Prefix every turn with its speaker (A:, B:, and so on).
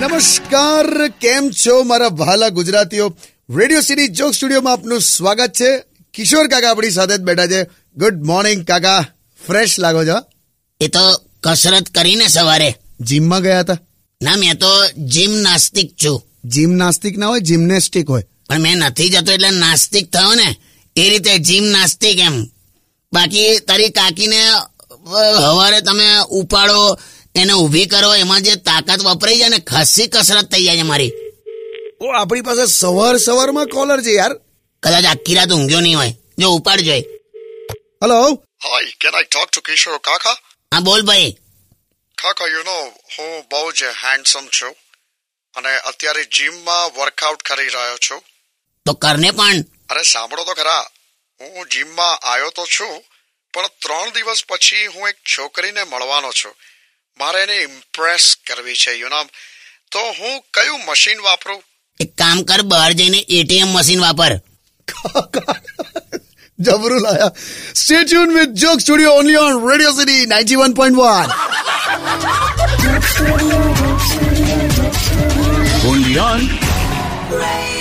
A: નમસ્કાર કેમ છો મારા વહાલા ગુજરાતીઓ રેડિયો સિટી જોક સ્ટુડિયોમાં આપનું સ્વાગત છે કિશોર કાકા આપણી સાથે જ બેઠા છે ગુડ મોર્નિંગ કાકા ફ્રેશ લાગો છો
B: એ તો કસરત કરીને સવારે
A: જીમમાં ગયા હતા
B: ના મેં તો જીમ નાસ્તિક છું
A: જીમ નાસ્તિક ના હોય જિમ્નેસ્ટિક હોય
B: પણ મેં નથી જતો એટલે નાસ્તિક થયો ને એ રીતે જીમ નાસ્તિક એમ બાકી તારી કાકીને અ, હવારે તમે ઉપાડો એને ઊભી કરો એમાં જે તાકાત વપરાઈ જાય ને ખાસી કસરત થઈ જાય છે મારી
A: ઓ આપણી પાસે સવાર સવારમાં કોલર છે યાર
B: કદાચ આખી રાત ઊંઘ્યો નહીં હોય જો ઉપાડજો એ.
A: Hello
C: Hi, can I talk to Kishore Kaka?
B: હા બોલ ભાઈ
C: કાકા યુ નો હું બહુ જ હેન્ડસમ છું અને અત્યારે જીમમાં વર્કઆઉટ કરી રહ્યો છું
B: તો કરને પણ
C: અરે સાંભળો તો ખરા હું જીમમાં આવ્યો તો છું પણ ત્રણ દિવસ પછી હું એક છોકરીને મળવાનો છું મારે એને ઇમ્પ્રેસ કરવી છે યુ નો તો હું કયું મશીન વાપરું
B: એક કામ કર બહાર જઈને એટીએમ મશીન વાપર
A: જબરું લાયા stay tune with joke studio only on Radio City 91.1
D: only on
E: Radio